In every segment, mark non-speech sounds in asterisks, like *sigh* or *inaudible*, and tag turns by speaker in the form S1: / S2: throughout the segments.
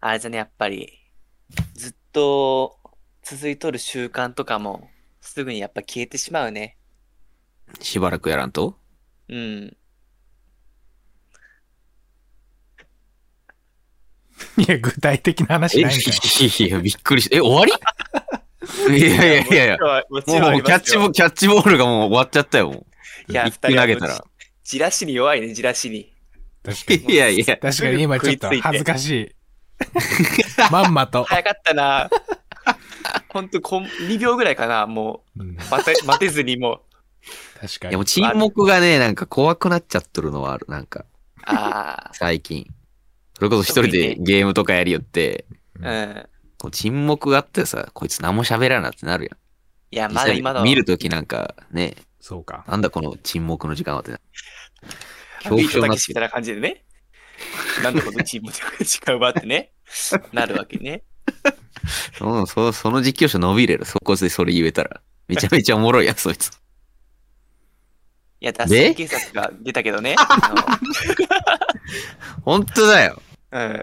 S1: あれじゃね、やっぱり、ずっと続いとる習慣とかも、すぐにやっぱ消えてしまうね。
S2: しばらくやらんと
S1: うん。
S3: *laughs* いや、具体的な話
S2: え、い
S3: ないんだよ。
S2: やいや、びっくりした。え、終わり *laughs* いやいやいやいや。
S1: もち
S2: もう
S1: ろんあり
S2: キャッ
S1: ます
S2: チ
S1: よ
S2: ボール、キャッチボールがもう終わっちゃったよ。もう
S1: いや
S2: 一球投げ
S1: 二人
S2: た
S1: は
S2: ら。
S1: じらしに弱いね、じらしに。
S3: 確かに。
S2: いやいや。
S3: 確かに今ちょっと恥ずかし
S1: *laughs*
S3: い。まんまと。
S1: 早かったな。 *laughs* ほんとこん、2秒ぐらいかな、も
S3: うん
S1: う、待て、待てずにもう。
S3: 確か
S2: いやも
S3: に
S2: う。沈黙がね、なんか怖くなっちゃっとるのはある。なんか、
S1: あ
S2: 最近。それこそ一人でゲームとかやりよって、
S1: あ、うん。
S2: こう沈黙があってさ、こいつ何も喋らんなってなるやん。
S1: いや、
S2: 実
S1: まだ
S2: 際
S1: 今の。
S2: 見るときなんかね、
S3: そうか。
S2: なんだこの沈黙の時間はってな。恐怖
S1: ビー
S2: 症
S1: トた
S2: になっ
S1: けしてみ
S2: る
S1: たいな感じでね。なんでこのチームで時間奪って
S2: *laughs*
S1: ね。なるわけね。
S2: うん、そその実況者伸びれる。そこでそれ言えたら。めちゃめちゃおもろいやん、そいつ。
S1: いや、脱線警察が出たけ
S2: *laughs*
S1: どね。あ
S2: ほんとだよ。
S1: のうん。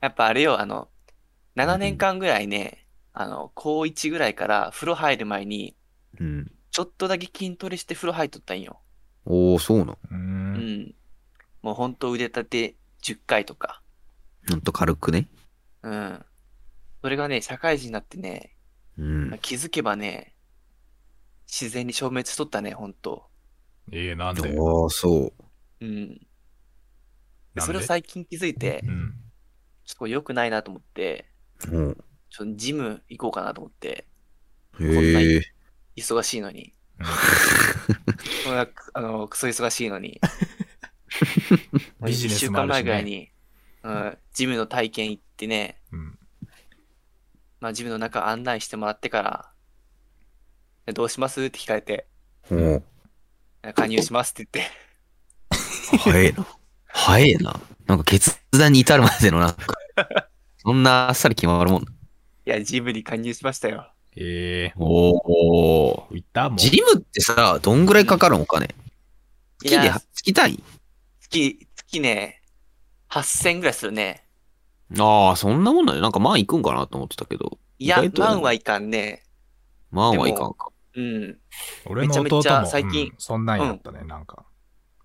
S1: やっぱあれよ、あの、7年間ぐらいね、あの、高1ぐらいから風呂入る前に、
S2: うん。
S1: ちょっとだけ筋トレして風呂入っとったんよ。
S2: おー、そうなん。
S3: う。
S1: うんん。もうほんと腕立て10回とか。
S2: ほんと軽くね。
S1: うん。それがね、社会人になってね、
S2: うん。
S1: 気づけばね、自然に消滅しとったね、ほんと。
S3: ええ、なんで
S2: おー、そう。
S1: うん。で
S3: なん
S1: それを
S3: で
S1: 最近気づいて
S3: う、ん。
S1: ちょっとこれ良くないなと思って、
S2: うん。
S1: ちょっとジム行こうかなと思って、
S2: へえ。
S1: 忙しいのに。こんなくあの、クソ忙しいのに。
S3: ビジネ
S1: 1
S3: ス
S1: 週
S3: もあ
S1: 間
S3: るし
S1: 前
S3: ね
S1: ぐらいに、うん、ジムの体験行ってね、
S3: うん。
S1: まあジムの中案内してもらってから、でどうしますって聞かれて、
S2: うん。
S1: 加入しますって言って、
S2: 早えな。 *laughs* 早えな。なんか決断に至るまでのなんか、 *laughs* そんなあっさり決まるもんな。
S1: いや、ジムに加入しましたよ。
S3: ええ。
S2: おお。
S3: 行ったもう。
S2: ジムってさ、どんぐらいかかるんお金
S1: い
S2: 月で
S1: や、
S2: 月単位
S1: 月、月ね、8000ぐらいするね。
S2: ああ、そんなもんだよ。なんか万いくんかなと思ってたけど。
S1: いや
S2: 意外、と
S1: 万はいかんね。
S2: 万はいかんか。
S1: うん。
S3: 俺の弟も
S1: めちゃめちゃ最近
S3: うんそんなんやったね、なんか。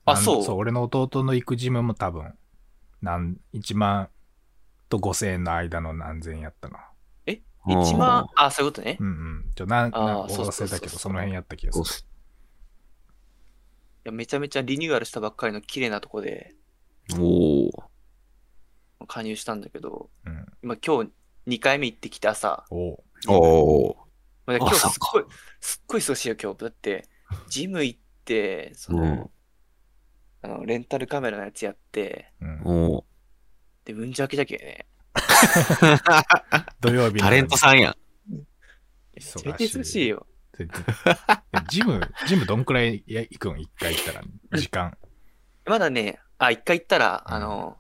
S1: あ
S3: なん
S1: そう
S3: そう、俺の弟の行くジムも多分、なん、1万と5000円の間の何千円やったな。
S1: 1万、あ、そういうことね
S3: う。んうん。ちょ、なん、
S1: あー
S3: なんか
S1: そうそうそう
S3: 忘れ
S1: そう
S3: たけど、その辺やった気がす
S2: お
S3: る。
S2: す
S1: いやめちゃめちゃリニューアルしたばっかりの綺麗なとこで
S2: おー
S1: 加入したんだけど、
S3: うん。
S1: 今今日2回目行ってきて朝、
S3: おう
S2: おー。
S1: まあ今日す
S2: 朝
S1: っ
S2: か
S1: ごい、すっごい忙しいよ今日。だって、ジム行って、その、あのレンタルカメラのやつやって、
S3: うん。
S2: おー。
S1: で、うんじゃけじゃけね。
S3: 土曜日の
S2: タレントさんやん。
S1: めち
S3: 忙しい
S1: ゃめちゃ忙しいよ。
S3: でで *laughs* ジム、ジムどんくらいや行くん一回行ったら、時間。
S1: まだね、あ、一回行ったら、
S3: うん
S1: あの、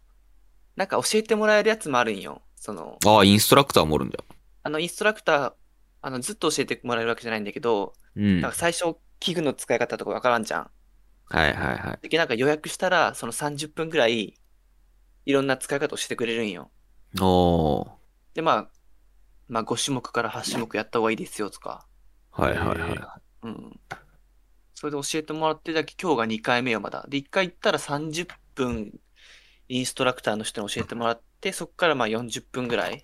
S1: なんか教えてもらえるやつもあるんよ。その、
S2: ああ、インストラクターもおるんじ
S1: あの、インストラクター、あの、ずっと教えてもらえるわけじゃないんだけど、
S2: ゃん。うん。
S1: なん
S2: は
S1: か最初、器具の使い方とかわからんじゃん。
S2: いはいはい。
S1: で、なんか予約したら、その30分ぐらい、いろんな使い方をしてくれるんよ。
S2: おー。
S1: で、まあ、まあ5種目から8種目やった方がいいですよとか。
S2: はいはいはい。
S1: うん。それで教えてもらってだけ、今日が2回目よ、まだ。で、1回行ったら30分、インストラクターの人に教えてもらって、そっからまあ40分ぐらい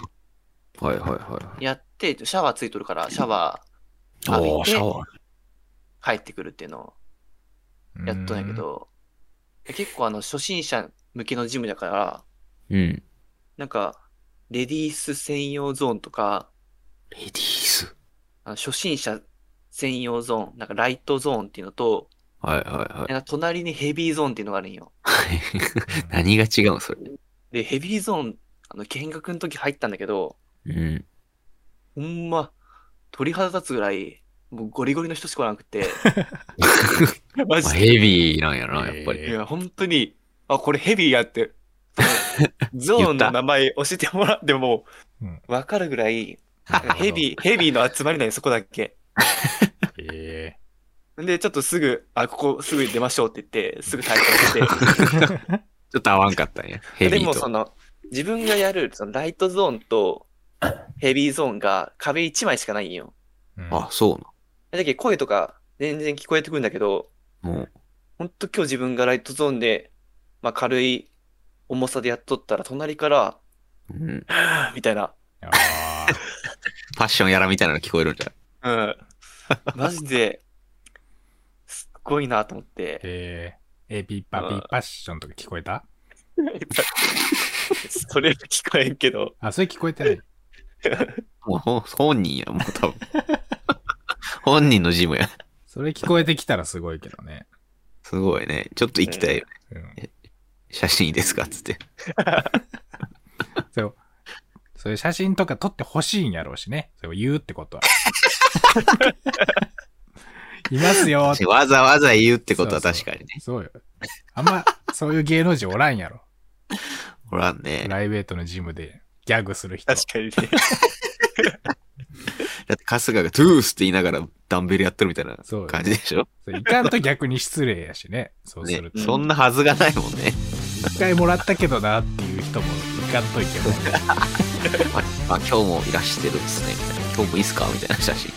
S2: はいはいはい。
S1: やって、シャワーついとるから、シャワー浴び
S2: おー、シャ
S1: て、
S2: ワー。
S1: 帰ってくるっていうのをやっとんやけど、結構あの、初心者向けのジムだから、
S2: うん。
S1: なんか、レディース専用ゾーンとか、
S2: レディース。
S1: あの初心者専用ゾーン、なんかライトゾーンっていうのと、
S2: はいはいはい。
S1: なんか隣にヘビーゾーンっていうのがあるんよ。
S2: 何が違うのそれ。
S1: で、ヘビーゾーン、あの、見学の時入ったんだけど、
S2: うん。
S1: ほんま、鳥肌立つぐらい、もうゴリゴリの人しかおらなくて、マ
S2: まあ、
S1: ジ
S2: ヘビーなんやな、やっぱ
S3: え
S2: り。
S1: で。いや、本当に、あ、これヘビーやって、そのゾーンの名前教えてもらっても
S3: うん、
S1: わかるぐらい、
S3: ど
S1: ヘビー、ヘビーの集まりなんよ、そこだけ。
S3: うん。え
S1: で、ちょっとすぐ、あ、ここすぐ出ましょうって言って、すぐ退場して。
S2: ちょっと合わんかったんや。ヘビ
S1: で
S2: ー
S1: もそ
S2: と。
S1: の、自分がやる、そのライトゾーンとヘビーゾーンが壁1枚しかないんよ。
S3: うん
S2: あ、そう
S1: だけど声とか全然聞こえてくるんだけど、
S2: な。も
S1: ほんと今日自分がライトゾーンで、まあ軽い重さでやっとったら隣から、
S2: う、うん。
S1: はぁみたいな。
S3: あ
S2: パッションやらみたいなの聞こえるんじゃ
S1: うん。マジで、すっごいなと思っ
S3: ー
S1: て。
S3: えー、エピパピパッションとか聞こえた
S1: それは聞こえんけど。
S3: あ、それ聞こえてない。
S2: ないもうほ本人や、もう *laughs* 多分。本人のジムや。
S3: それ聞こえてきたらすごいけどね。
S2: すごいね。ちょっと行きたいよね。
S3: うん
S2: 写真いいですかっつって。
S3: そう。そういう写真とか撮ってほしいんやろうしね。それを言うってことは。 *laughs* いますよって。
S2: わざわざ言うってことは確かにね。
S3: そうよ。あんま、そういう芸能人おらんやろ。
S2: ほらんね
S3: プ。ライベートのジムでギャグする人。
S1: かにね。
S2: だって春日がトゥースって言いながらダンベルやってるみたいな
S3: そう
S2: 感じでしょ
S3: それいかんと逆に失礼やしね。そうす
S2: ね
S3: る。と。
S1: うん
S2: そんなはずがないもんね。 *laughs*
S3: 一回もらったけどなっていう人もいかんといけない。
S2: あ、今日もいらしてるんですね。みたいな。今日もいいっすかみたいな写真。